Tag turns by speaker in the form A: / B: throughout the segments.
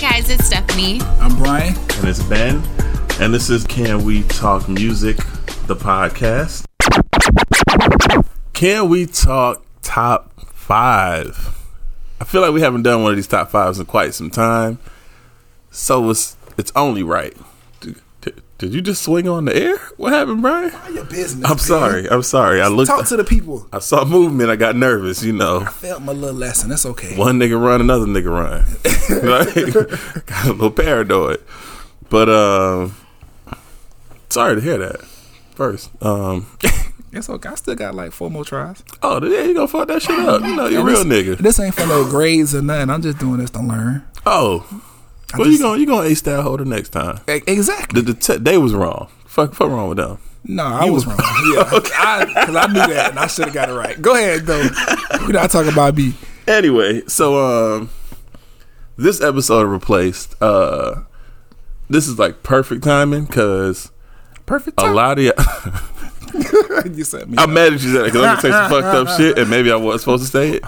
A: guys, it's Stephanie.
B: I'm Brian.
C: And it's Ben. And this is Can We Talk Music, the podcast. Can we talk top five? I feel like we haven't done one of these top fives in quite some time. So it's it's only right. Did, did- did you just swing on the air? What happened, Brian?
B: Mind your business.
C: I'm
B: man.
C: sorry. I'm sorry. I looked.
B: Talk to the people.
C: I saw movement. I got nervous. You know,
B: Felt my little lesson. That's okay.
C: one nigga run, another nigga run. Like, got a little paranoid. But um, sorry to hear that. First, um,
B: It's okay. I still got like four more tries.
C: oh yeah, you gonna fuck that shit up? You know, you
B: And
C: real
B: this-
C: nigga.
B: This ain't for no grades or nothing. I'm just doing this to learn.
C: Oh,
B: I
C: well,
B: just-
C: you gonna you gonna ace that holder next time.
B: E- Exactly.
C: The, the te- they was wrong. Fuck, fuck wrong with them.
B: No, I was wrong. Yeah, I, cause I knew that, and I should have got it right. Go ahead though. We're not talking about me.
C: Anyway, so um, this episode replaced. Uh, this is like perfect timing because
B: Perfect.
C: a
B: Time.
C: lot of y'all.
B: you set me.
C: I'm mad at you because I'm gonna say some fucked up shit, and maybe I wasn't supposed to say it.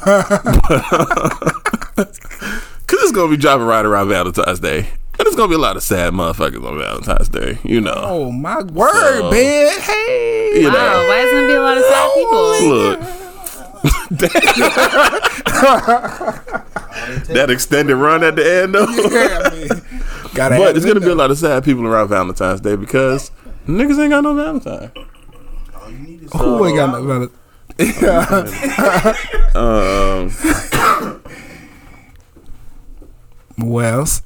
C: Cause it's gonna be dropping right around Valentine's Day, and it's gonna be a lot of sad motherfuckers on Valentine's Day. You know,
B: oh my word,
C: So-
B: man. Hey.
C: you
A: Wow,
C: know.
A: Oh, why is it gonna be a lot of sad people?
C: Look, that extended run at the end though.
B: Yeah, man. Gotta
C: But
B: have
C: it's
B: it
C: gonna be a
B: though.
C: lot of sad people around Valentine's Day because niggas ain't got no Valentine.
B: Who ain't got nothing about it?
C: Um,
B: Wells,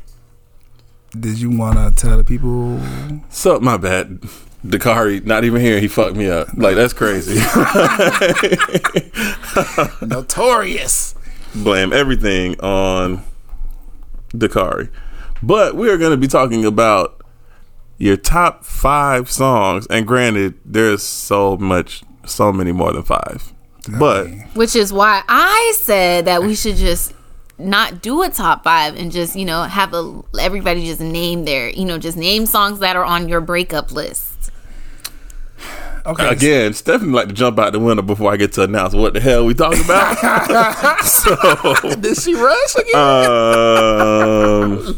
B: did you wanna tell the people?
C: so my bad, Dakari. Not even here. He fucked me up. Like that's crazy.
B: Notorious.
C: blame everything on Dakari. But we are going to be talking about your top five songs. And granted, there's so much, so many more than five. But
A: Which is why I said that we should just not do a top five and just you know have a, everybody just name their you know just name songs that are on your breakup list.
B: Okay.
C: again, Stephanie like to jump out the window before I get to announce what the hell we talking about. so,
B: Did she rush again?
C: um,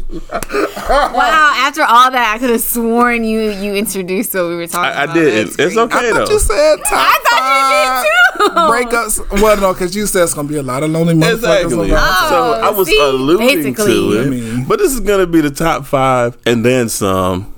A: Wow! After all that, I could have sworn you you introduced what we were talking
C: I, I
A: about.
C: didn't.
A: That's
C: It's
A: great.
C: okay
B: I thought
C: though.
B: you said top
A: I thought you did too.
B: five breakups. Well, no, because you said it's gonna be a lot of lonely motherfuckers.
C: Exactly. Oh.
B: around.
C: so I was
A: Oh, see?
C: alluding
A: Basically.
C: to it,
B: I mean-
C: but this is gonna be the top five and then some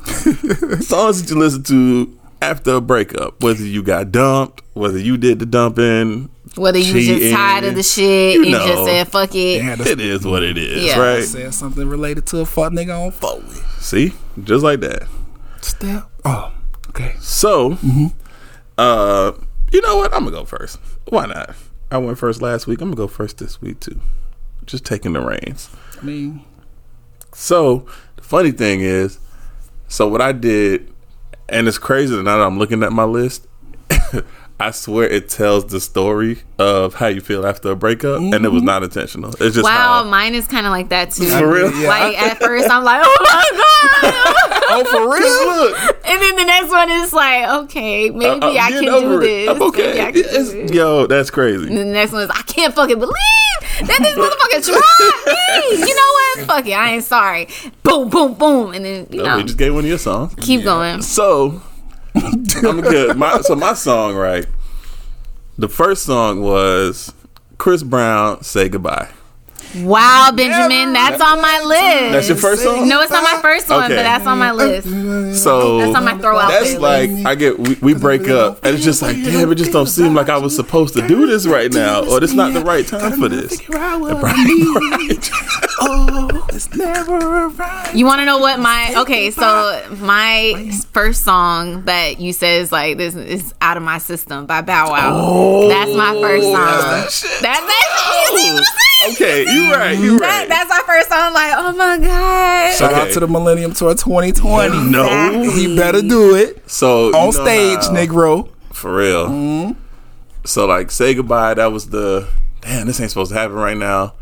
C: songs that you listen to after a breakup. Whether you got dumped, whether you did the dumping,
A: Whether you was just
C: cheating,
A: tired of the shit
C: you
A: and
C: know.
A: just said fuck it.
B: Yeah, that's-
C: It is what it is,
A: Yeah.
C: right?
B: said something related to a fuck nigga on Foley.
C: See, just like that.
B: Step. Oh, okay.
C: So, uh, you know what? I'm gonna go first. Why not? I went first last week. I'm gonna go first this week too. Just taking the reins.
B: I mean,
C: So the funny thing is, so what I did, and it's crazy that now that I'm looking at my list, I swear it tells the story of how you feel after a breakup, and it was not intentional. It's just
A: Mm-hmm. Wow,
C: how
A: mine is kind of like that too.
C: For real?
B: Yeah.
A: Like at first, I'm like, oh my god.
B: oh for
C: Just
B: real?
C: look,
A: And then the next one is like, okay, maybe
C: I'm
A: I
C: getting
A: can do
C: Uh, over it.
A: this.
C: I'm okay,
A: Maybe I can do
C: It's-
A: this.
C: yo, that's crazy.
A: And the next one is, I can't fucking believe that this motherfucker tried me. You know what? Fuck it. I ain't sorry. Boom, boom, boom. And then, you
C: Oh, We
A: know,
C: just gave one of your songs.
A: keep going.
C: So I'm good. My, so my song, right? The first song was Chris Brown, "Say Goodbye."
A: Wow, Benjamin, that's on my list.
C: That's your first song.
A: No, it's not my first one,
C: Okay.
A: but that's on my list.
C: So
A: That's on my throwout
C: That's
A: playlist.
C: like I get we, we break up and it's just like damn, it just don't seem like I was supposed to do this right now, or it's not the right time for this.
B: Oh, it's never right.
A: You want to know what my okay? So my first song that you said is like this is out of my system by Bow Wow.
C: Oh,
A: that's my first song. That's that, shit. You see what I'm saying?
C: Okay, you right, you
A: That,
C: right.
A: that's my first song. I'm like, oh my god.
B: Shout out
C: Okay.
B: to the Millennium Tour 2020.
C: No,
A: Exactly.
B: He better do it
C: so you know
B: on stage,
C: how-
B: Negro.
C: for real.
B: Mm-hmm.
C: So like, say goodbye. That was the damn. This ain't supposed to happen right now.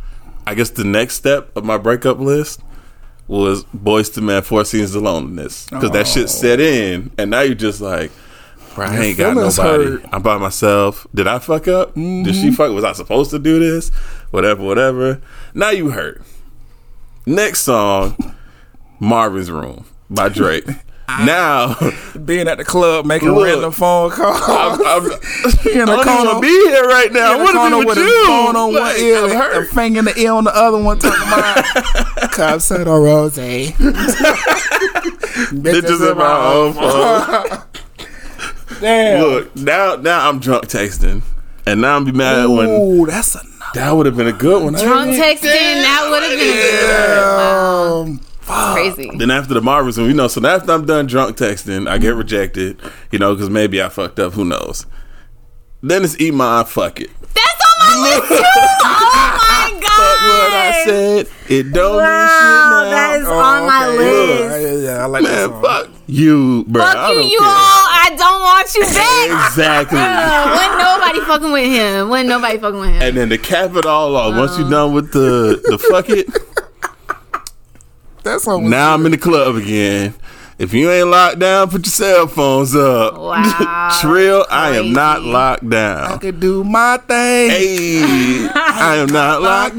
C: I guess the next step of my breakup list was Boys to Men, Four Seasons of Loneliness, because that
B: Oh.
C: shit set in, and now you just like. I ain't got
B: feelings
C: nobody.
B: hurt. Mm-hmm.
C: I'm by myself. Did I fuck up? Did she fuck? Was I supposed to do this? Whatever, whatever. Now you hurt. Next song Marvin's Room by Drake. now,
B: Being at the club making
C: Look.
B: random phone calls.
C: I'm, I'm,
B: He in the
C: I don't even
B: corner.
C: wanna be here right now.
B: in the
C: What
B: corner
C: is it with,
B: his
C: you?
B: phone on
C: Like,
B: one ear
C: I'm
B: and
C: hurt.
B: a finger in the ear on the other one talking about cops and a rose.
C: Bitches
B: Bitches
C: in my own phone.
B: Damn.
C: Look, now now I'm drunk texting. And now I'm be mad at when
B: Ooh, that's a
C: that would have been a good one.
A: Drunk texting, that would have been good.
B: um,
A: Wow, crazy.
C: Then after the Marvins, you know, so after I'm done drunk texting, I get rejected, you know, because maybe I fucked up. Who knows? Then it's eat my eye, fuck it.
A: That's on my list too. Oh my
C: Fuck what I
A: god.
C: said. It don't
A: Wow,
C: mean shit now.
A: that is on my
B: okay,
A: list.
B: Yeah, yeah, yeah, I like that
C: Man,
B: song.
C: fuck you, bro. I
A: Fuck you,
C: don't
A: you all.
C: care.
A: I don't want you back.
C: Exactly.
A: Uh, wasn't nobody fucking with him. Wasn't nobody fucking with him.
C: And then to cap it all off, once you're done with the the fuck it,
B: That song was
C: now I'm in the club again. If you ain't locked down, put your cell phones up.
A: Wow,
C: Trill, I am not
A: crazy.
C: locked down.
B: I could do my thing.
C: Hey, I am not locked
A: I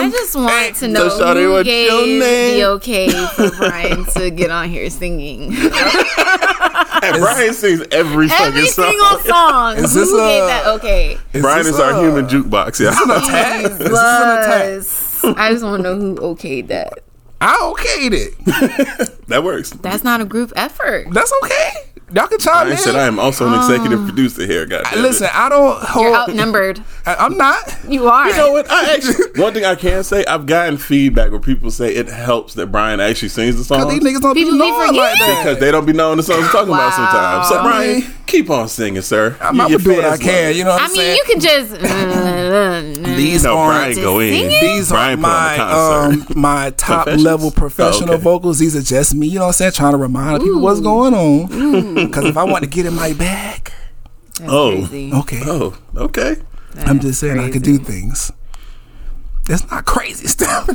C: down.
A: just want to know
C: Um, so shawty,
A: who
C: what's
A: gave
C: your name?
A: the okay for Brian to get on here singing
C: And Brian sings every,
A: every
C: fucking song.
A: single song.
B: Is
A: who
B: this
A: gave
B: a-
A: that okay?
C: Brian is,
B: this
C: our
B: a-
C: human jukebox. Yeah.
A: Jesus. I just want to know who okayed that.
B: I okayed it.
C: that works.
A: That's not a group effort.
B: That's okay. Y'all can chime
C: Brian
B: in.
C: said I am also an executive producer here. God damn it.
B: Listen, I
A: You're
B: don't hold.
A: outnumbered.
B: I, I'm not.
A: You are.
C: You know what? I actually one thing I can say, I've gotten feedback where people say it helps that Brian actually sings the
B: But
C: song.
B: these niggas don't
A: People
B: be
A: be
B: knowing like
A: forgetting.
B: that.
C: Because they don't be knowing the songs we're talking about
A: Wow.
C: sometimes. So Brian,
B: Okay.
C: keep on singing, sir.
B: I'm
C: You-
B: gonna
C: your
B: do what I
C: fans love
B: can.
C: it.
B: You know what
A: I
B: I'm
A: mean,
B: saying?
A: you can just.
B: These
C: No,
B: aren't-
C: Brian go in.
A: singing?
B: These
C: Brian
B: are
C: put on
B: my
C: a concert.
B: um, my top
C: Confessions?
B: level professional
C: Oh, okay.
B: vocals. These are just me. You know what I'm saying? Trying to remind people what's going
A: Mm.
B: on. Because if I want to get in my bag,
C: Oh.
B: okay,
C: oh, okay.
B: I'm just saying I could do things. That's not crazy stuff.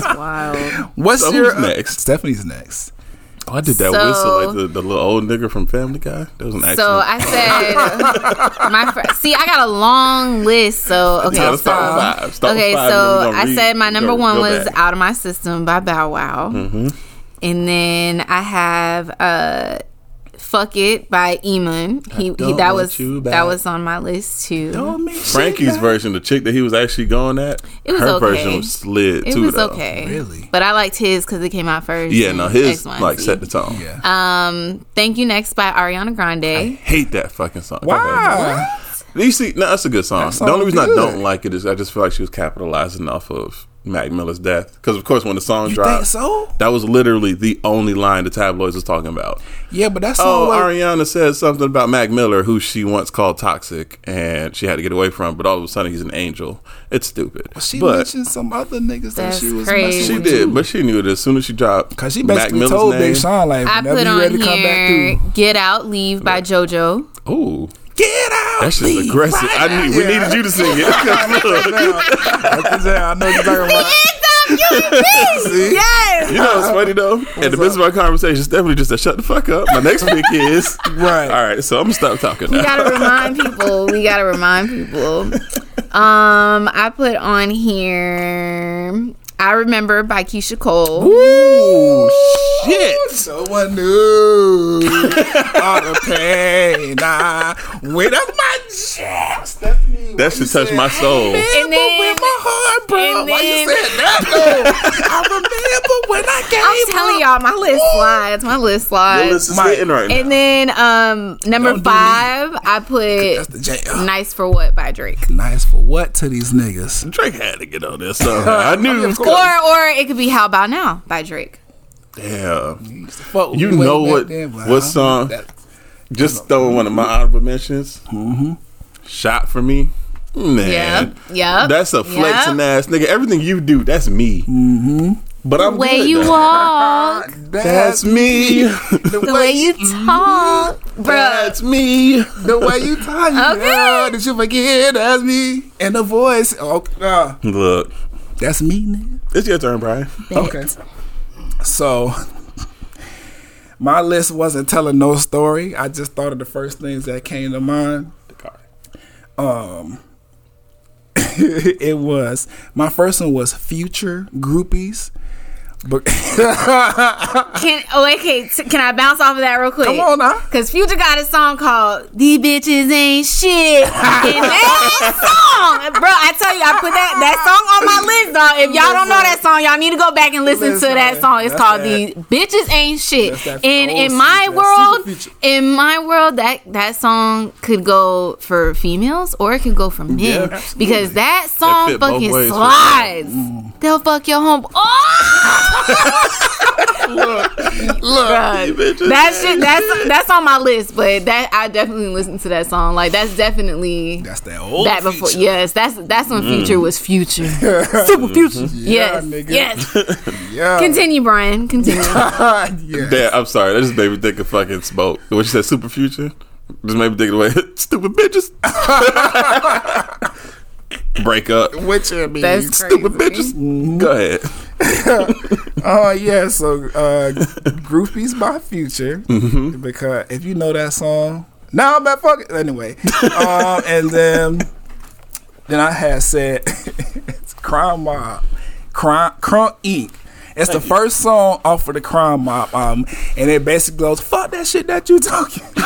A: Wild.
B: What's
C: So
B: your uh,
C: who's next?
B: Stephanie's next.
C: Oh, I did that
A: So-
C: whistle like the, the little old nigga from Family Guy. That was an accident.
A: So I said, my fr- see, I got a long list. So okay,
C: Yeah,
A: so
C: let's start with five. Start with
A: okay,
C: five, and then
A: so
C: we're gonna
A: I
C: read-
A: said my number
C: go-
A: one
C: go
A: was
C: back. Mm-hmm.
A: "Out of My System" by Bow Wow, and then I have uh, "Fuck It" by Eamon. He, he
C: don't
A: that
C: want
A: was
C: you
A: that
C: back.
A: was on my list too.
C: Frankie's version, the chick that he was actually going at,
A: It was
C: her
A: okay.
C: version was slid
A: it
C: too.
A: was
C: though.
A: okay,
B: Really?
A: but I liked his because it came out first.
C: Yeah,
A: and
C: no, his
A: X, Y, and
C: like
A: Z.
C: set the tone.
B: Yeah.
A: Um, "Thank You Next" by Ariana Grande.
C: Hate that fucking song. Go ahead.
B: Wow.
C: You see, no, that's a good song.
B: song
C: the only reason
B: good.
C: I don't like it is I just feel like she was capitalizing off of Mac Miller's death. Because of course, when the song
B: You think
C: dropped,
B: so?
C: that was literally the only line the tabloids was talking about.
B: Yeah, but that's
C: Oh,
B: all.
C: Ariana says something about Mac Miller, who she once called toxic, and she had to get away from. But all of a sudden, he's an angel. It's stupid.
B: she
C: but
B: mentioned some other niggas that
A: That's
B: she was
A: crazy.
B: messing
C: She
B: with
C: did,
B: too.
C: but she knew it as soon as she dropped.
B: Cause she
C: Mac
B: basically
C: Miller's
B: told
C: name.
B: Big Sean like,
A: I
B: whenever
A: put
B: you
A: on
B: ready to come back
A: here
B: through,
A: "Get Out, Leave" by JoJo.
C: Ooh,
B: get out.
C: that's just
B: leave
C: aggressive.
B: right now."
C: I need, we
B: Yeah.
C: needed you to sing it. 'Cause look,
B: yeah, I know you're talking about.
A: Yes.
C: you know what's funny though? At the midst of our conversation, Stephanie just said, "Shut the fuck up." My next pick is
B: Right.
C: All right, so I'm gonna stop talking
A: We
C: now.
A: gotta remind people. We gotta remind people. Um, I put on here. I remember by Keisha Cole.
B: Ooh,
C: Shit.
B: no one knew all the pain. I went up my jam, Stephanie.
C: That should touch my soul.
A: And then-
B: my heart, bro.
A: and
B: Why
A: then-
B: you said that though? I remember when I gave
A: I'm telling y'all, my list slides. My list
C: Your
A: slides.
C: list is
B: Mike.
C: hitting right now.
A: And then um number
B: Don't do me.
A: five, I
B: That's
A: put
B: the jam.
A: "Nice for What" by Drake.
B: Nice for what to these niggas?
C: Drake had to get on this. So I knew. it was
A: Or or it could be "How About Now" by Drake.
C: Damn.
B: Fuck with
C: You
B: me
C: know
B: back
C: what-
B: then, but
C: what
A: um,
B: I-
C: song?
B: that-
C: Just throwing one of my honorable mentions. Mm-hmm. Shot for me. Man.
A: Yep. Yep.
C: That's a flexing
A: Yep.
C: ass nigga. Everything you do, that's me. Mm-hmm. But I'm
A: Way
C: good
A: you
C: though.
A: walk,
C: That's me.
A: the way you talk, bruh.
C: That's me.
B: The way you talk, you
A: Okay.
B: yeah, did you forget? That's me. And the voice, oh, uh,
C: Look,
B: that's me. Nigga.
C: it's your turn, Brian.
B: Okay. So, my list wasn't telling no story. I just thought of the first things that came to mind.
C: The car.
B: it was my first one was Future Groupies. But
A: Can oh wait, okay, t- can I bounce off of that real quick?
B: Come on now.
A: because Future got a song called "These Bitches Ain't Shit." and that song, bro, I tell you, I put that that song on my list, dog. If y'all don't know that song, y'all need to go back and listen
B: Listen,
A: to that song. It's
B: that's
A: called
B: that-
A: "These Bitches Ain't Shit."
B: That's that
A: And in
B: old
A: my
B: secret- that
A: world,
B: secret feature.
A: in my world, that that song could go for females or it could go for men
C: Yeah,
A: because that song
C: fit both
A: fucking
C: ways for sure.
A: slides. They'll fuck your home.
C: you bitches.
A: That shit, that's that's on my list, but that I definitely listened to that song. Like that's definitely
B: that's that old
A: that before.
B: feature.
A: Yes, that's that's when Future was Future, super Future.
B: Yeah,
A: Yes,
B: nigga.
A: yes.
B: Yeah.
A: Continue, Brian. Continue.
B: yeah.
C: Damn, I'm sorry. That just made me think of fucking smoke. What you said, super future? Just made me think of the way stupid bitches break up.
B: Witcher means.
A: That's
C: Stupid
A: crazy.
C: bitches. Go ahead.
B: Oh yeah, so uh, "Groupies" by Future
C: Mm-hmm.
B: because if you know that song, now I'm fuck it anyway. um, and then, then I had said, it's "Crime Mob," "Crime Crunk Inc." It's the first song off of the Crime Mob album, and it basically goes, "Fuck that shit that you talking."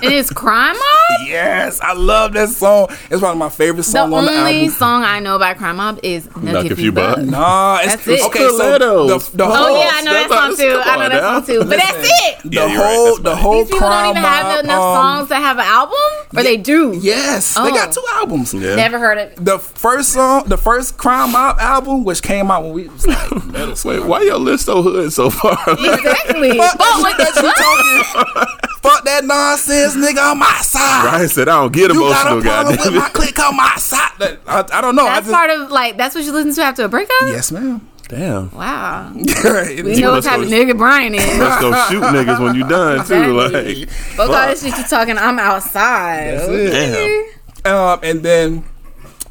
A: it is Crime Mob.
B: yes, I love that song. It's one of my favorite
A: The
B: songs on the
A: only
B: album.
A: song I know by Crime Mob is "Knock If You
C: Buck.
A: Buck."
B: Nah, it's
A: That's it.
B: okay. So the, the whole
A: Oh yeah, I know that
C: That's
A: song
C: not-
A: too.
C: come
A: I know
C: on
A: that
C: now.
A: song too. But that's it.
B: the
C: Yeah, you're right.
B: whole
C: That's
B: the
C: funny.
B: whole
A: These people don't
B: crime
A: even have
B: mob,
A: enough
B: um,
A: songs to have an album, or they do.
B: Yes, they
A: Oh.
B: got two albums.
C: Yeah.
A: Never heard of.
B: The first song, the first crime mob album, which came out when we was like, middle school.
C: Wait, why your list so hood so far?
A: Exactly. Oh,
B: fuck
A: But
B: that,
A: with
B: shit that you talking, fuck that nonsense, nigga on my side.
C: Ryan said I don't get
B: You got
C: emotional,
B: a problem with my
C: goddamn
B: click on my side? That- I, I don't know. I
A: That's
B: just,
A: part of like that's what you listen to after a breakup.
B: yes, ma'am.
C: Damn.
A: Wow,
B: It
A: we
B: is-
A: know what
C: must
A: type
C: go-
A: of nigga Brian is.
C: Let's go shoot niggas when you done too.
A: Exactly.
C: Like
A: Fuck all this shit you talking. I'm outside.
B: That's it.
C: damn.
B: um, and then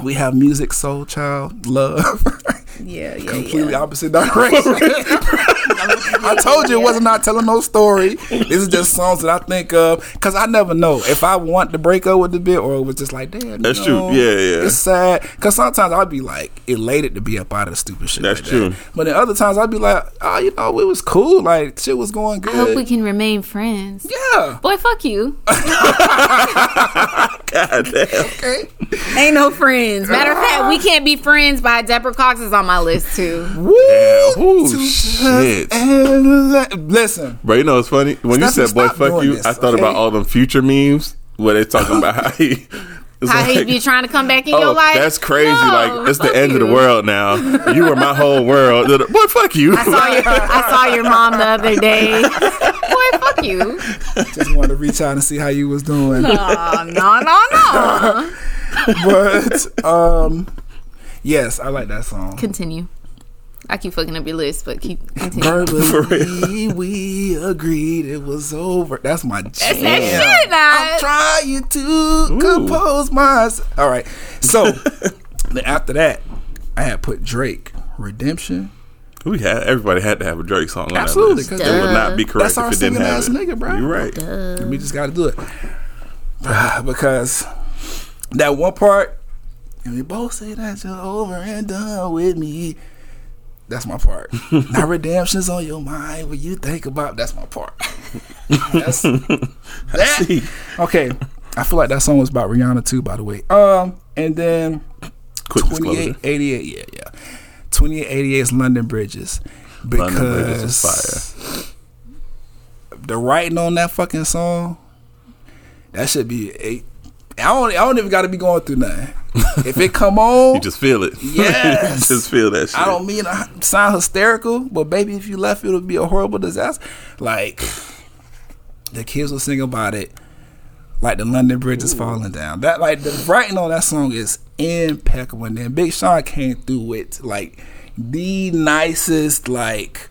B: we have music, soul, child, love.
A: Yeah, yeah,
B: Completely
A: yeah.
B: opposite direction. I told you it wasn't not telling no story. This is just songs that I think of because I never know if I want to break up with the bit or it was just like, damn,
C: That's
B: you
C: true.
B: know,
C: Yeah, yeah.
B: It's sad because sometimes I'd be like elated to be up out of stupid shit.
C: That's
B: like
C: true.
B: That. But then other times I'd be like, oh, you know, it was cool. Like shit was going good.
A: I hope we can remain friends.
B: yeah.
A: Boy, fuck you.
C: Goddamn.
B: Okay.
A: Ain't no friends. Matter of fact, we can't be friends by Deborah Cox is on my list too.
B: Woo.
C: Damn. Ooh, shit.
B: And li- listen,
C: Bro, you know it's funny when
B: Stop-
C: you said "boy,
B: stop
C: fuck
B: doing
C: you,"
B: this,
C: I thought
B: okay?
C: about all them future memes where they talking about how he. It's
A: How he
C: like,
A: be trying to come back in
C: Oh,
A: your life?
C: that's crazy!
A: No,
C: like it's the
A: fuck
C: end of the
A: you.
C: world now. You were my whole world. Boy, fuck you!
A: I saw your I saw your mom the other day. Boy, fuck you.
B: just wanted to reach out and see how you was doing.
A: Aw, Uh, no, no, no.
B: but um yes i like that song
A: Continue. I keep fucking up your list, but keep continue.
B: verbally we agreed it was over that's my jam
A: that shit, nah.
B: i'm trying to compose my all right so then after that i had put drake redemption
C: we had everybody had to have a Drake song. On
B: Absolutely,
C: that list.
B: 'cause
C: it would not be correct
B: that's
C: if
B: our
C: it didn't
B: singing
C: have
B: ass
C: it.
B: nigga bro
C: You're right.
B: we just gotta do it because that one part and we both say that you're over and done with me that's my part now redemption's on your mind when you think about that's my part that's that. okay i feel like that song was about rihanna too by the way um and then
C: Quick disclosure.
B: 2888 yeah yeah 2888 is london bridges because
C: London Bridges is fire.
B: the writing on that fucking song, that should be eight. I don't, I don't even got to be going through nothing. If it come on,
C: You just feel it.
B: Yes.
C: you just feel that shit.
B: I don't mean to sound hysterical, but baby, if you left, it'll be a horrible disaster. Like the kids will sing about it, like the London Bridge is falling down. That like the writing on that song is impeccable. And then Big Sean came through with like the nicest like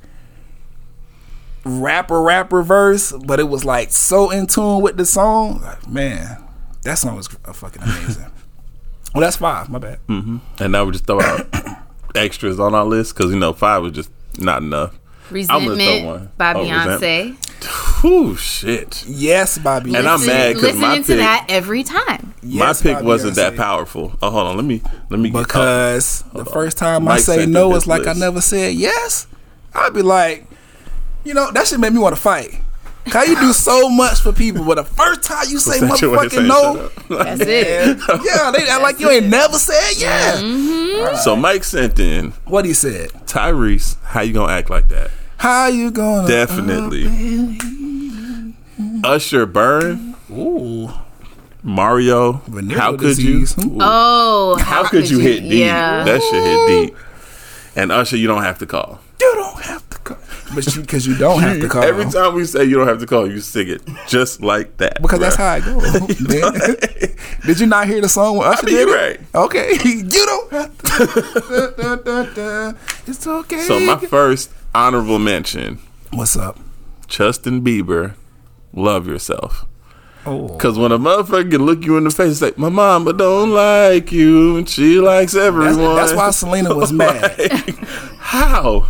B: rapper rapper verse, but it was like so in tune with the song. Like man, that song was fucking amazing. well, that's five. My bad.
C: And now we just throw out extras on our list because you know five was just not enough. I'm gonna throw one.
A: Resentment by
C: Oh,
A: Beyonce.
C: Resentment. Whew, shit.
B: Yes, Bobby.
C: And I'm mad 'cause
A: listening
C: my
A: to
C: pick-
A: that every time.
B: Yes,
C: my pick
B: Bobby
C: wasn't that
B: Beyonce.
C: powerful. Oh, hold on. Let me let me get-
B: because the
C: on.
B: first time I
C: Mike
B: say
C: sent
B: no,
C: me
B: it's
C: this
B: like I
C: list.
B: never said yes. I'd be like, you know, that shit made me want to fight. How you do so much for people, but the first time you say
C: That's your way of saying
B: motherfucking no,
C: shut up. Mm-hmm.
A: That's it.
B: yeah, they act like you ain't never said yeah.
C: so Mike sent in
B: What he said?
C: Tyrese. How you gonna act like that?
B: How you gonna?
C: Definitely. Usher Burn.
B: Ooh,
C: Mario.
B: venereal
C: how could
B: disease.
C: you?
B: Ooh.
A: Oh,
C: How, could you hit deep?
A: Yeah.
C: That shit hit deep. And Usher, you don't have to call.
B: you don't have to call, but you because you don't have to call
C: Every time we say you don't have to call, you sing it just like that.
B: because that's how I
C: bruh.
B: go. Man. did you not hear the song? When Usher
C: I mean,
B: did
C: you're
B: it?
C: right.
B: Okay, you don't have to. Da, da, da, da. It's okay.
C: So my first honorable mention:
B: What's up?
C: Justin Bieber. Love yourself.
B: Oh,
C: Cause when a motherfucker can look you in the face, it's like my mama don't like you, and she likes
B: that's,
C: everyone.
B: that's why Selena was mad.
C: How?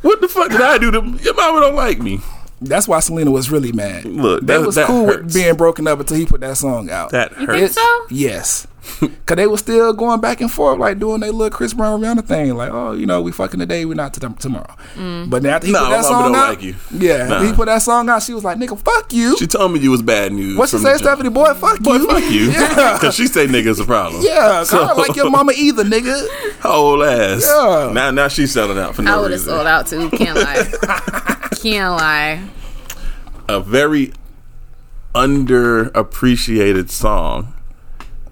C: What the fuck did I do to your mama? Don't like me.
B: That's why Selena was really mad.
C: Look,
B: They
C: that-
B: was
C: that
B: cool with
C: hurts.
B: being broken up until he put that song out.
C: That
A: think
C: hurts.
A: so?
B: Yes. Cause they was still going back and forth, like doing their little Chris Brown Rihanna thing, like, oh, you know, we fucking today, we not to tomorrow.
A: Mm.
B: But then after he
C: Nah,
B: put that
C: my mama
B: song
C: don't
B: out,
C: like you.
B: yeah,
C: Nah.
B: he put that song out. She was like, nigga, fuck you.
C: She told me you was bad news.
B: What she
C: from
B: say,
C: the jump.
B: Stephanie? Boy, fuck
C: Boy,
B: you.
C: fuck you.
B: Yeah.
C: Because she say niggas a problem.
B: Yeah, 'cause I don't like your mama either, nigga.
C: Whole ass.
B: Yeah.
C: Now, now she's selling out for
A: I
C: no
A: would have
C: reason.
A: sold out too. Can't lie. Can't lie.
C: A very underappreciated song,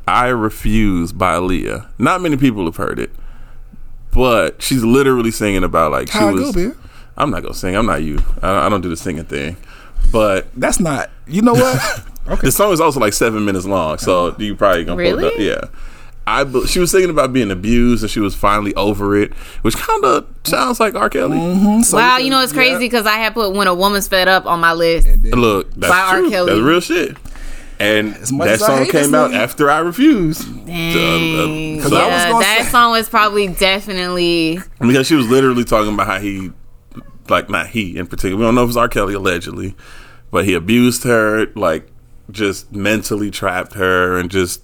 C: "I Refuse" by Aaliyah. Not many people have heard it, but she's literally singing about like
B: How I
C: she
B: go,
C: was.
B: Bill?
C: I'm not gonna sing. I'm not you. I don't, I don't do the singing thing, but.
B: That's not. You know what? okay.
C: The song is also like seven minutes long, so you probably gonna pull it up.
A: Really?
C: Yeah, I. be- She was singing about being abused, and she was finally over it, which kind of sounds like R. Kelly.
B: So
A: wow,
B: we
A: you know it's
B: can- yeah.
A: crazy because I had put "When a Woman's Fed Up" on my list.
C: Look, that's
A: By R.
C: true.
A: Kelly.
C: That's real shit. And
B: much
C: that
B: as I
C: song
B: hate this
C: came out
B: nigga.
C: after I refused.
A: Dang.
C: Uh, uh,
A: Yeah,
C: so-
B: I was gonna
A: that
B: say-
A: song was probably definitely
C: because she was literally talking about how he, like not he in particular. We don't know if it's R. Kelly allegedly, but he abused her, like just mentally trapped her, and just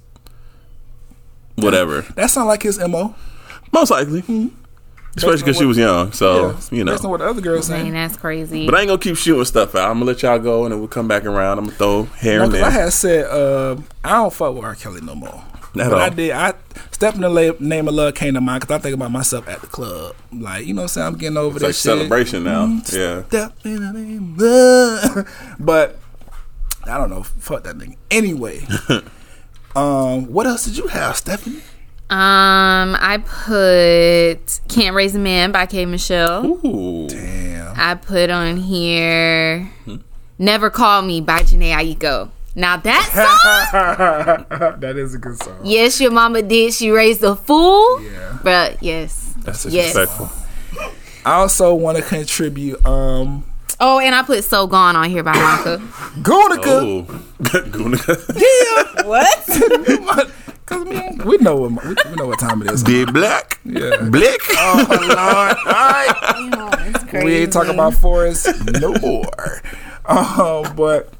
C: whatever.
B: That sound like his mo.
C: Most likely. Especially
B: Based on
C: because she
B: what-
C: was young, so
B: Hmm. Yeah.
C: you
B: Based on
C: know.
B: what the other girls
A: dang,
B: saying.
A: that's crazy.
C: But I ain't gonna keep shooting stuff out. I'm gonna let y'all go, and then we'll come back around. I'm gonna throw hair
B: No,
C: in
B: 'cause
C: there.
B: I had said uh, I don't fuck with R. Kelly no more.
C: At
B: But
C: all.
B: I did. I stepping the la- name of love came to mind because I think about myself at the club. Like you know, what I'm saying I'm getting over
C: it's like
B: this shit. Mm-hmm.
C: celebration now. Yeah.
B: Step in the name of love. but I don't know. Fuck that nigga. Anyway, um, what else did you have, Stephanie?
A: Um, I put "Can't Raise a Man" by K Michelle.
C: Ooh.
B: Damn.
A: I put on here "Never Call Me" by Janae Aiko. Now that song,
B: that is a good song.
A: yes, your mama did. She raised a fool,
B: Yeah.
A: but yes.
C: That's
A: Yes.
C: disrespectful.
B: I also want to contribute. Um,
A: Oh, and I put "So Gone" on here by Monica.
B: Gunica.
C: Ooh. Gunica.
B: Yeah.
A: what?
B: Cause man, we know what we, we know what time it is.
C: The black.
B: Yeah.
C: Blick.
B: Oh Lord! All right. We ain't talking about Forrest no more. Um, but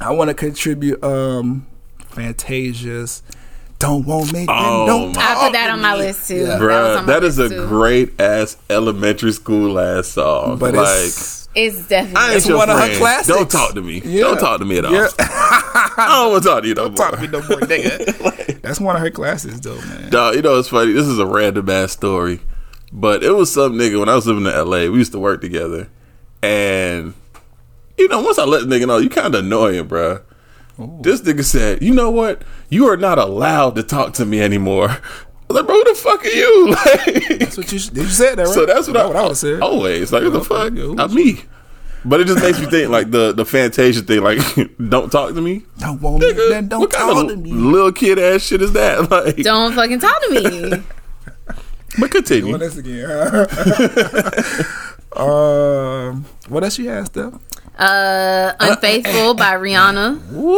B: I want to contribute um Fantasia's "Don't Want Me." Then
C: Oh,
B: don't
C: my-
A: I put that on my list too. That was
C: Bruh,
A: on my
C: that is a
A: list, too.
C: great ass elementary school ass song.
B: But
C: like,
B: it's
A: It's definitely.
C: I ain't
B: it's
C: your
B: one of her
C: friend.
B: classics.
C: Don't talk to me.
B: Yeah.
C: Don't talk to me at all.
B: Yeah.
C: I don't want to talk to you no more.
B: talk to me no more, nigga. That's one of her classes, though, man.
C: Dawg, you know it's funny. This is a random ass story, but it was some nigga when I was living in L.A. We used to work together, and you know once I let the nigga know, you kind of annoying, bruh. This nigga said, "You know what? You are not allowed to talk to me anymore." I was like, bro, who the fuck are you? Like,
B: That's what you did. You said that, right?
C: so that's what I, Oh,
B: I, was saying.
C: always like. What the fuck?
B: okay,
C: Not me. But it just makes me think, like the the Fantasia thing, like don't talk to me,
B: Don't want me.
C: nigga.
B: Then don't
C: what
B: talk
C: kind
B: to
C: of
B: me.
C: little kid ass shit is that? Like,
A: Don't fucking talk to me.
C: but continue.
B: Well, that's again. um, what else you had, Steph?
A: Uh, Unfaithful by Rihanna.
B: Woo!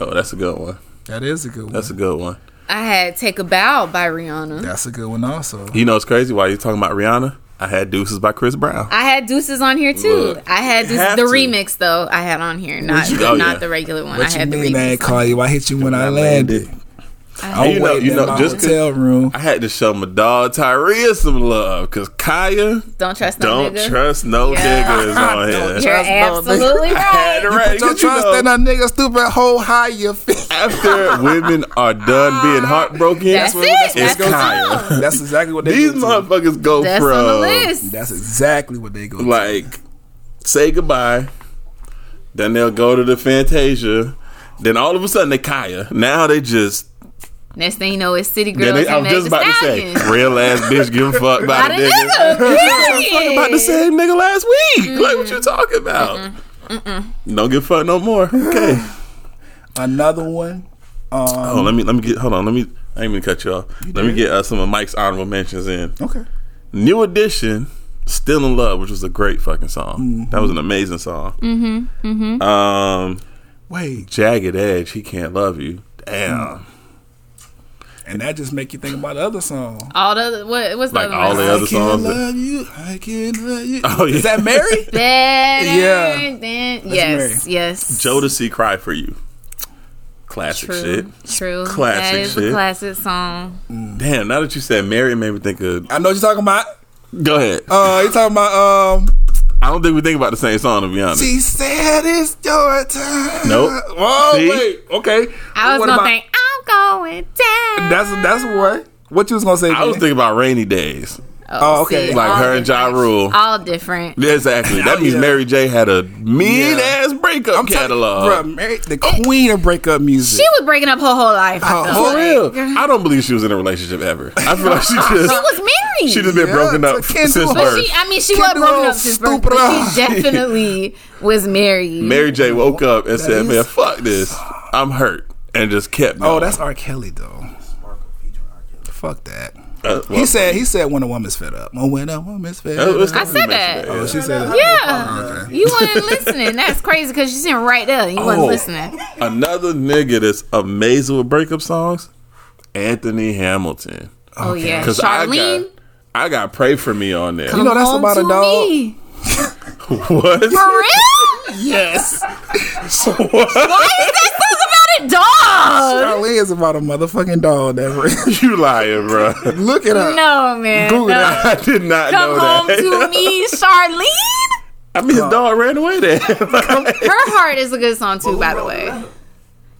C: Oh, that's a good one.
B: That is a good one.
C: That's a good one.
A: I had Take a Bow by Rihanna.
B: That's a good one also.
C: You know it's crazy. Why you talking about Rihanna? I had Deuces by Chris Brown.
A: I had Deuces on here too.
C: Look,
A: I had
C: you
A: Deuces,
C: have
A: the
C: to.
A: remix though. I had on here, not
C: Oh,
A: not
C: yeah.
A: the regular one.
B: What
A: I
B: you
A: had the
B: mean I ain't
A: remix.
B: call you? I hit you when I landed. I'm
C: you know-
B: waiting
C: you know,
B: in my
C: just 'cause-
B: hotel room.
C: I had to show my dog Tyria some love because Kaya
A: Don't trust no
C: don't
A: nigga.
C: trust no
A: Yeah.
C: niggas on here.
A: You're
B: Trust no nigga.
A: absolutely
C: I had to
A: right.
C: write-
B: Don't
C: 'cause you
B: trust
C: know,
B: in a nigga stupid hoe high your feet.
C: after women are done being heartbroken,
A: That's it.
C: it's
A: That's the
C: Kaya.
A: song.
B: That's exactly what they
C: These
B: go to.
C: motherfuckers go
A: That's
C: from
A: on the list.
B: That's exactly what they go to.
C: like say goodbye. Then they'll go to the Fantasia. Then all of a sudden they Kaya. Now they just.
A: Next thing you know, it's City
C: Then
A: Girls.
C: they, I'm
A: and
C: just about
A: Megan
C: to say,
A: Stallion.
C: real ass bitch, give a fuck
A: Not
C: about a
A: a
C: nigga.
A: nigga.
C: Fucking
A: Period.
C: about the same nigga last week. Like what you talking about? Don't give a fuck no more. Okay.
B: Another one. Um,
C: Oh, let me let me get. Hold on. Let me. I ain't even cut you off. Let me get uh, some of Mike's honorable mentions in.
B: okay.
C: New Edition, Still in Love, which was a great fucking song.
A: Mm-hmm.
C: That was an amazing song. Mm-hmm. Mm-hmm. Um,
B: Wait,
C: Jagged Edge, He Can't Love You.
A: Mm.
C: Damn.
B: and that just make you think about the other song.
A: All the what? What's
C: Like
A: the
C: all the
A: other
C: other
B: I can
C: songs that-
B: love you. I can love you.
C: Oh, yeah.
B: Is that Mary?
A: Better
B: Yeah.
A: than-
B: That's
A: yes,
B: Mary.
A: yes.
C: Jodeci, Cry For You. Classic
A: True,
C: shit.
A: True.
C: Classic
A: that is
C: shit.
A: a classic song.
C: Damn, now that you said Mary, it made me think of.
B: I know what you're talking about.
C: Go ahead.
B: Uh, you talking about um?
C: I don't think we think about the same song, to be honest.
B: She said it's your time.
C: Nope.
B: Whoa,
C: See?
B: wait. Okay.
A: I was
B: What
A: gonna
B: about-
A: think I'm going down.
B: That's that's what. What you was gonna say?
C: I was
B: Kenny?
C: thinking about Rainy Days.
B: oh, okay.
C: Like
A: all
C: her and Ja
A: different.
C: Rule.
A: All different.
C: Yeah, Exactly. That
B: Oh,
C: means
B: yeah.
C: Mary J had a mean
B: Yeah.
C: ass breakup
B: I'm telling-
C: catalog.
B: Bruh, Mary, the
C: Oh.
B: queen of breakup music.
A: She was breaking up her whole life. I
B: Her
A: felt
B: whole-
A: like.
C: For real. I don't believe she was in a relationship ever. I feel like she just
A: She was married.
C: she just been
B: Yeah,
C: broken
B: to
C: up
B: Kendall.
C: since
A: But
B: But
C: birth.
A: she, I mean, she was
B: Kendall
A: broken up
B: Rose,
A: since birth,
B: stupid
A: but
B: ass.
A: she definitely was married.
C: Mary J woke up and said,
B: is-
C: "Man, fuck this. I'm hurt," and just kept.
B: oh,
C: Going.
B: that's R. Kelly though. Fuck that.
C: Uh, well,
B: He said. He said when a woman's fed up. Oh, When a woman's fed
C: that was-
B: up.
A: I said that.
C: Yeah.
B: Oh, she said.
C: Oh,
A: Yeah, you wasn't listening. That's crazy because you sitting right there. You wasn't
C: Oh.
A: listening.
C: Another nigga that's amazing with breakup songs, Anthony Hamilton.
A: Oh yeah,
C: Because I got,
A: Charlene.
C: I got pray for me on there.
B: You know that's
A: Come
B: about a
A: to
B: dog.
A: me. For
C: what?
A: real?
B: Yes.
A: Why is that song about a dog?
B: Charlene is about a motherfucking doll. That
C: you lying, bro?
B: look it up.
A: No man.
B: Google
A: no.
B: that.
C: I did not
A: Come
C: know
A: home
C: that.
A: to me, Charlene.
C: I mean, his dog ran away there.
A: Her heart is a good song too, by the way.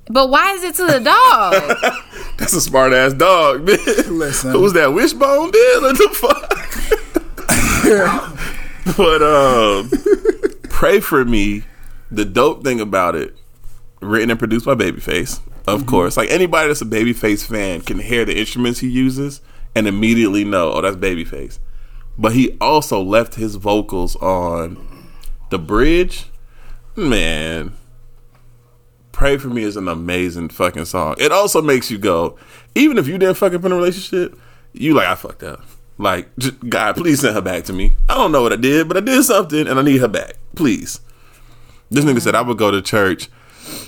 A: But why is it to the dog?
C: That's a smart ass dog, bitch.
B: Listen.
C: Who's that wishbone deal? What the fuck? but um Pray for Me, the dope thing about it, written and produced by Babyface, of course. Like anybody that's a babyface fan can hear the instruments he uses and immediately know, oh, that's babyface. But he also left his vocals on the bridge. Man. Pray for Me is an amazing fucking song. It also makes you go, even if you didn't fuck up in a relationship, you like, I fucked up. Like, j- God, please send her back to me. I don't know what I did, but I did something and I need her back. Please. This nigga said I would go to church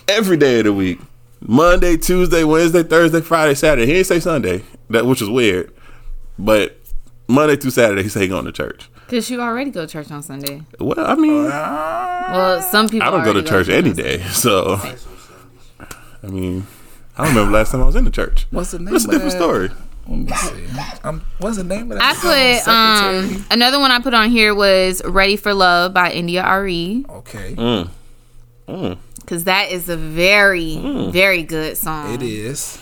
C: every day of the week Monday, Tuesday, Wednesday, Thursday, Friday, Saturday. He didn't say Sunday, that which is weird. But Monday through Saturday, he said he going to church.
A: Because you already go to church on Sunday.
C: Well, I mean,
A: Well, some people.
C: I don't go to
A: already
C: church any day, so I mean, I don't remember last time I was in the church.
B: What's the name
C: That's a
B: of
C: different
B: that?
C: story.
B: Let me see. Um, what's the name of
A: I
B: that?
A: put
B: song?
A: um another one I put on here was "Ready for Love" by India Re
B: Secretary? Okay.
A: because that is a very
C: Hmm.
A: very good song.
B: It is.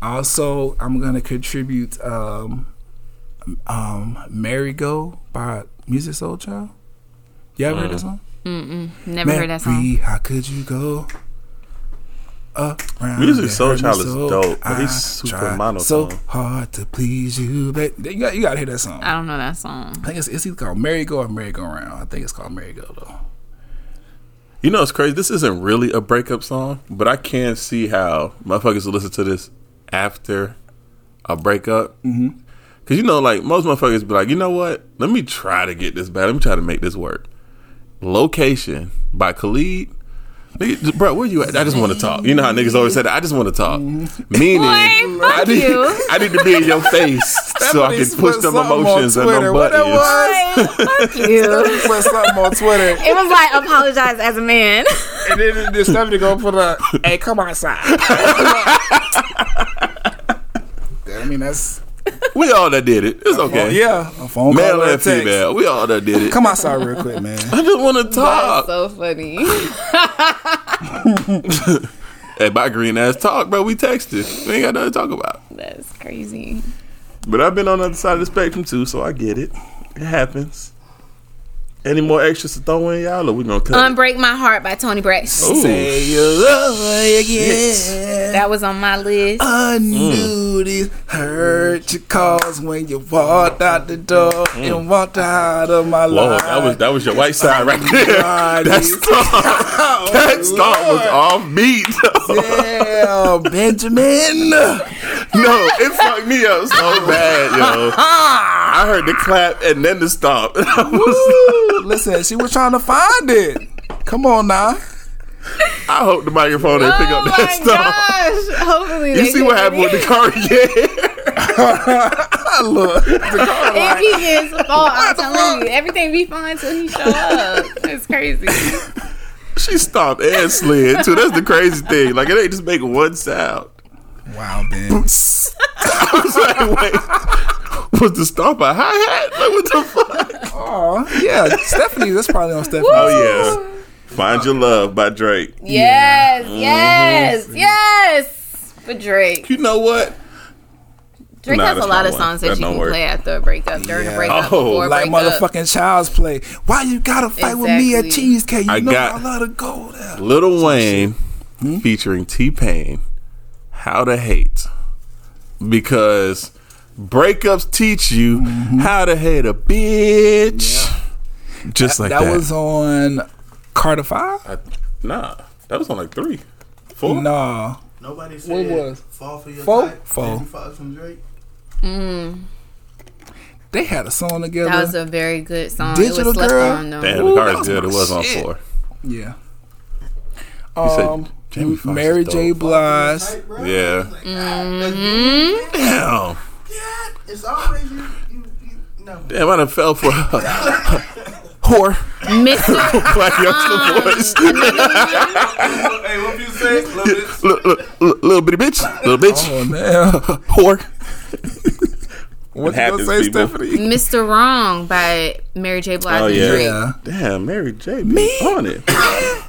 B: Also, I'm gonna contribute um um Mary Go by Music Soul Child. You ever heard this one?
A: Never Mm. heard that song.
B: Mary, how could you go? Around
C: Music
B: and
C: Soul
B: hurt me
C: Child is
B: so?
C: dope, but he's
B: I
C: super
B: tried
C: monotone.
B: So hard to please you, but you got you gotta hear that song.
A: I don't know that song.
B: I think it's, it's either called Merry Go or Merry Go Round. I think it's called Merry Go though.
C: You know, it's crazy. This isn't really a breakup song, but I can see how motherfuckers will listen to this after a breakup. Mm-hmm. Cause you know, like most motherfuckers be like, you know what? Let me try to get this back. Let me try to make this work. Location by Khalid. Nigga, just- Bro, where you at? I just want to talk. You know how niggas always say that. I just want to talk.
B: Mm-hmm.
C: Meaning,
A: Boy,
C: I
A: fuck
C: need,
A: you.
C: I need to be in your face so I
B: Stephanie
C: can push
B: put
C: them
B: something on
C: emotions and
B: Twitter.
C: them
B: What that
C: buttons.
A: Fuck you.
B: was? Put something on Twitter.
A: It was like apologize as a man.
B: And then the Stephanie gonna put a, hey, come outside. mean, that's
C: We all that did it. It's
B: Oh,
C: okay.
B: yeah, a phone
C: Male
B: call or a
C: and
B: text.
C: female. We all that did it.
B: Come outside real quick, man.
C: I just want to
A: That's
C: talk.
A: so funny.
C: Hey, my green ass talk, bro. We texted. We ain't got nothing to talk about.
A: That's crazy.
C: But I've been on the other side of the spectrum too, so I get it. It happens. Any more extras to throw in, y'all, or we gonna cut? it?
A: Unbreak My Heart by Tony Braxton.
C: Ooh.
B: Say you love me again.
A: That was on my list.
B: I knew this hurt you cause when you walked out the door and walked out of my
C: Whoa,
B: life.
C: that was that was your white side right there.
B: God,
C: That
B: you-
C: song,
B: Oh,
C: that song was
B: Lord.
C: off beat.
B: Yeah, Benjamin.
C: no, it fucked me up so bad, yo.
A: Ah.
C: I heard the clap and then the stop. I was-
B: Listen, she was trying to find it. Come on now.
C: I hope the microphone didn't pick
A: oh
C: up
A: my
C: that stop.
A: gosh! Hopefully,
C: You
A: they
C: see what
A: can-
C: happened with the Cartier?
B: Look,
A: If he gets fault, I'm telling you, everything be fine till he show up. It's crazy.
C: she stopped and slid too. That's the crazy thing. Like it ain't just make one sound.
B: Wow, Ben.
C: I was like, wait, was the stomp a hi hat? Like, what the fuck?
B: Aw, yeah, Stephanie. That's probably on Stephanie.
C: Oh, yes. Find Your Love by Drake.
A: Yes, yes, yes. For Drake,
C: You know what?
A: Drake
C: Nah,
A: has a
C: that's
A: lot
C: not
A: of
C: one.
A: songs that,
C: That
A: you
C: don't
A: can
C: work.
A: play after a breakup, during
B: Yeah.
A: a breakup,
C: Oh,
A: before a
B: Like
A: breakup.
B: motherfucking child's play. Why you gotta fight with me at
A: Exactly.
B: cheesecake? You
C: I
B: know
C: got-
B: I love to go there.
C: Little Wayne Hmm? featuring T Pain, How to Hate. Because breakups teach you how to hate a bitch. Just like
B: that,
C: that. uh,
B: was on Carter Five.
C: nah, that was on like three. Four?
B: No,
D: Nobody said
B: was?
D: fall for your
B: Fall?
D: type.
B: Fall.
D: Did you fall from Drake?
B: they had a song together.
A: that was a very good song. it
B: Digital
A: was slept
B: Girl?
A: on though.
C: Damn,
B: Ooh,
C: the car
B: that was
C: is good. It
B: my
C: was on
B: shit.
C: four.
B: yeah.
C: You said
B: Um,
C: Jamie Foxx is
B: Mary
C: dope.
B: J. Blige.
D: Type, bro?
C: Yeah.
D: Like, God, that's-
C: Mm-hmm. Damn.
D: God, it's always you. you, you no.
C: Damn, I'd have fell for her. Whore.
A: Mr.
C: Black youngster voice.
D: hey, what you say? Little bit.
C: Look, look, look, little bitty bitch. Little bitch.
B: Oh man,
C: Whore.
B: what you gonna
C: happens,
B: say,
C: people.
B: Stephanie?
A: Mr. Wrong by Mary J. Blige
C: Oh,
A: and
C: yeah.
A: Drake.
B: Yeah,
C: Damn, Mary J. Me? On it.
D: How you,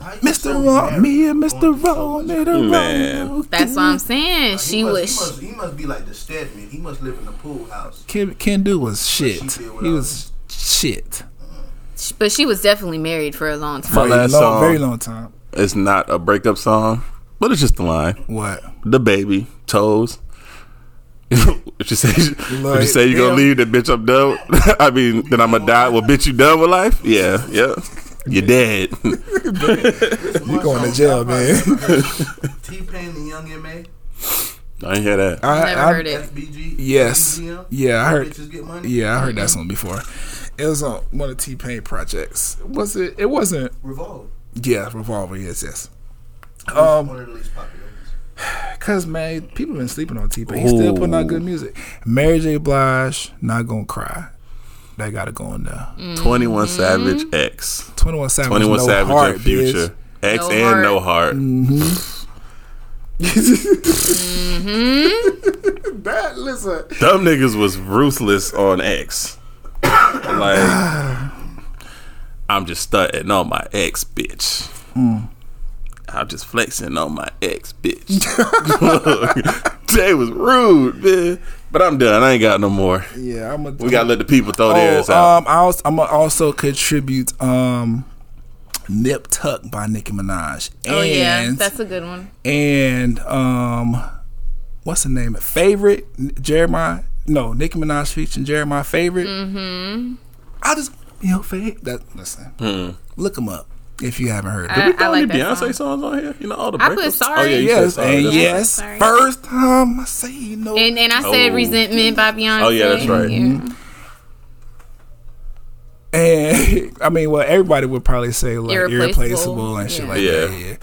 D: how you
B: Mr.
D: so
B: Wrong,
D: married?
B: me and Mr. Wrong, Mr.
C: Man.
B: Wrong.
A: That's what I'm saying. She
D: He must,
A: was.
D: He must, he must be like the Stedman. He must live in the pool house.
B: Ken, Ken Do was shit.
D: did what
B: He
D: I
B: was shit
A: But she was definitely married for a long
B: for
A: time.
B: a long,
C: last song.
B: very long time.
C: It's not a breakup song, but it's just the line.
B: What?
C: The baby, toes. if you say if you
B: Like,
C: say you're gonna
B: damn.
C: leave that bitch I'm done I mean then I'ma die. Well bitch you done with life? Yeah, yeah. You're dead.
B: You going to jail, man?
D: T Pain, the Young M.A.,
C: I ain't hear that.
B: I
A: Never heard it.
D: FBG.
B: Yes.
D: BGM,
B: Yeah, I heard-
D: Bitches get money.
B: Yeah, I heard that song before. It was on one of T Pain projects. Was it? It wasn't.
D: Revolve.
B: Yeah, Revolver. Yes, yes.
D: Um,
B: Um,
D: one of the least popular. ones.
B: cause man, people been sleeping on T Pain. He's still putting out
C: Ooh.
B: good music. Mary J. Blige, not gonna cry. That gotta go in there.
C: Twenty one Savage X.
B: Twenty One Savage,
C: Twenty one
B: no
C: Savage
B: heart,
C: and Future.
B: bitch.
C: X
A: No
C: and no heart.
B: that listen,
C: Dumb niggas was ruthless on X. like, I'm just stunting on my ex, bitch. I'm just flexing on my ex, bitch. Jay was rude, man. But I'm done. I ain't got no more.
B: yeah, I'm a.
C: We gotta let the people throw theirs
B: oh,
A: uh,
C: out.
B: um, I also, I'm gonna also contribute um, "Nip Tuck" by Nicki Minaj. And,
A: Oh yeah, that's a good one.
B: and um, what's the name? Favorite N- Jeremiah? No, Nicki Minaj featuring Jeremiah. Favorite. Mm-hmm. I just you know favorite. That listen, look him up if you haven't heard.
A: I,
B: Him.
A: I
C: All
A: like
C: the
A: that
C: Beyonce
A: song.
C: songs on here. You know all the
A: I put
C: breakups.
A: Sorry.
C: Oh yeah, you
B: yes,
C: said sorry.
B: and
C: That's right.
B: yes,
A: Sorry.
B: first time I say you know.
A: And and I said
C: Oh.
A: resentment by Beyonce.
C: Oh, yeah, that's right.
B: And I mean, well, everybody would probably say like
A: Irreplaceable.
B: irreplaceable, and shit
A: Yeah.
B: like
C: Yeah.
B: that. Yeah.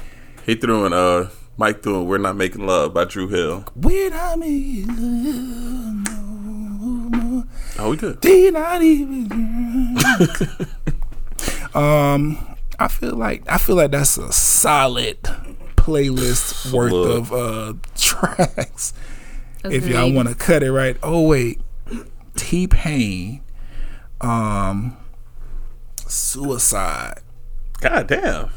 C: He threw in uh Mike threw in We're Not Making Love by Drew Hill.
B: When I'm in love, no more,
C: Oh, we good.
B: did not even. um, I feel like I feel like that's a solid playlist worth
C: Look.
B: of uh tracks. If y'all
A: Agreed.
B: want to cut it right. Oh wait, T Pain, um, Suicide.
C: God damn.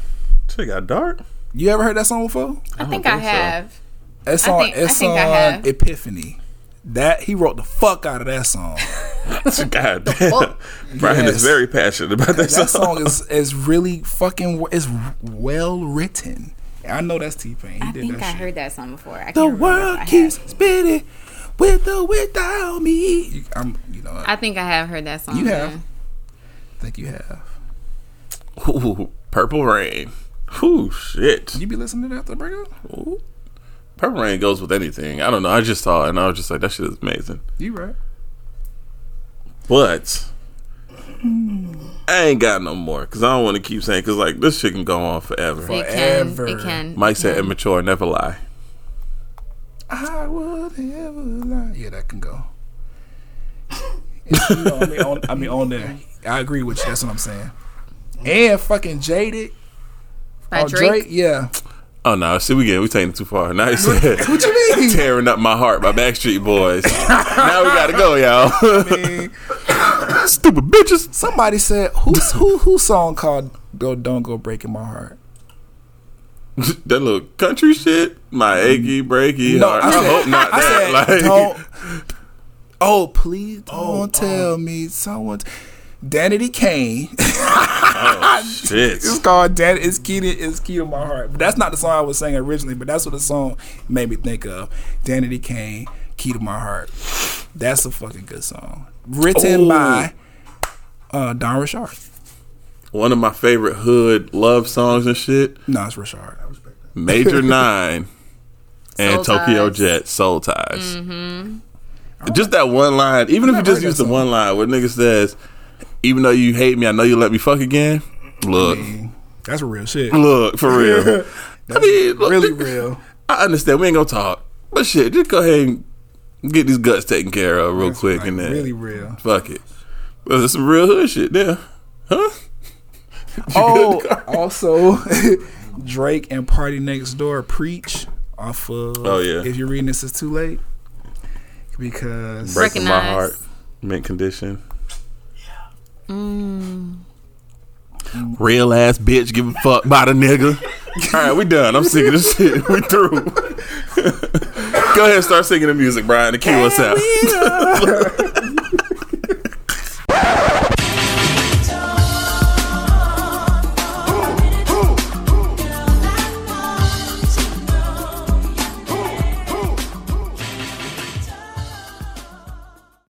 C: Shit got dark.
B: You ever heard that song before?
A: I think I
C: think so.
A: have.
B: It's
A: I
B: on.
A: think- I
B: it's
A: think I
B: on
A: have.
B: Epiphany. That he wrote the fuck out of that song.
C: God damn. Brian
B: Yes.
C: is very passionate about that,
B: That
C: song.
B: song is is really fucking. It's well written. I know that's T Pain.
A: I think I heard that song before. I
B: The
A: can't remember if
B: world
A: I
B: keeps
A: have.
B: spinning with or without me. You, I'm, you know, I
A: I think I have heard that song.
B: You have.
A: yeah.
B: think you have.
C: Ooh, Purple Rain. Ooh, shit.
B: You be listening to that after the breakup?
C: Ooh. Purple Rain goes with anything. I don't know. I just saw it and I was just like, that shit is amazing.
B: You right.
C: But I ain't got no more because I don't want to keep saying because like this shit can go on forever.
A: It can.
B: Forever.
A: It can.
C: Mike said immature, never lie.
B: I would ever lie. Yeah, that can go. You know, I, mean, on, I mean, on there. I agree with you. That's what I'm saying. And fucking Jaded.
A: By
B: Oh,
A: Drake.
B: Yeah.
C: Oh no, see we get we taking it too far. Now he said
B: What you mean?
C: tearing up my heart by Backstreet Boys. now we gotta go, y'all. Stupid bitches.
B: Somebody said, who's, who who song called Go Don't Go Breaking My Heart?
C: that little country shit. My achy breaky
B: No,
C: heart.
B: I
C: I,
B: said-
C: hope not
B: I
C: that.
B: said,
C: like oh.
B: don't. Oh, please don't tell me someone. Danity Kane.
C: shit.
B: It's called "Dad Is Key to Is Key to My Heart." But that's not the song I was singing originally. But that's what the song made me think of. Danity Kane, "Key to My Heart." That's a fucking good song, written
C: Ooh.
B: by uh, Don Richard.
C: One of my favorite hood love songs and shit.
B: No, it's Richard.
C: Major Nine and
A: Soul
C: Tokyo
A: Ties.
C: Jet Soul Ties. Just that one line, even if you
B: Mm-hmm. I've
C: just
B: heard
C: use
B: that
C: the one line where nigga says, even though you hate me, I know you let me fuck again. Look,
B: Mm-hmm. Mm, That's real shit.
C: look, for real. I mean, look,
B: really
C: nigga,
B: real.
C: I understand. We ain't gonna talk. But shit, just go ahead and get these guts taken care of real quick
B: Like,
C: and then
B: really real.
C: fuck it. Well, there's some real hood shit there. Huh?
B: Oh, also Drake and Party Next Door preach off of.
C: Oh, yeah.
B: If you're reading this, it's too late because
A: Break-
C: Breaking my
A: Recognize.
C: heart. Mint condition. Real ass bitch, give a fuck about a nigga. All right, we done. I'm sick of this shit. We through. Go ahead, and start singing the music, Brian, to cue us out.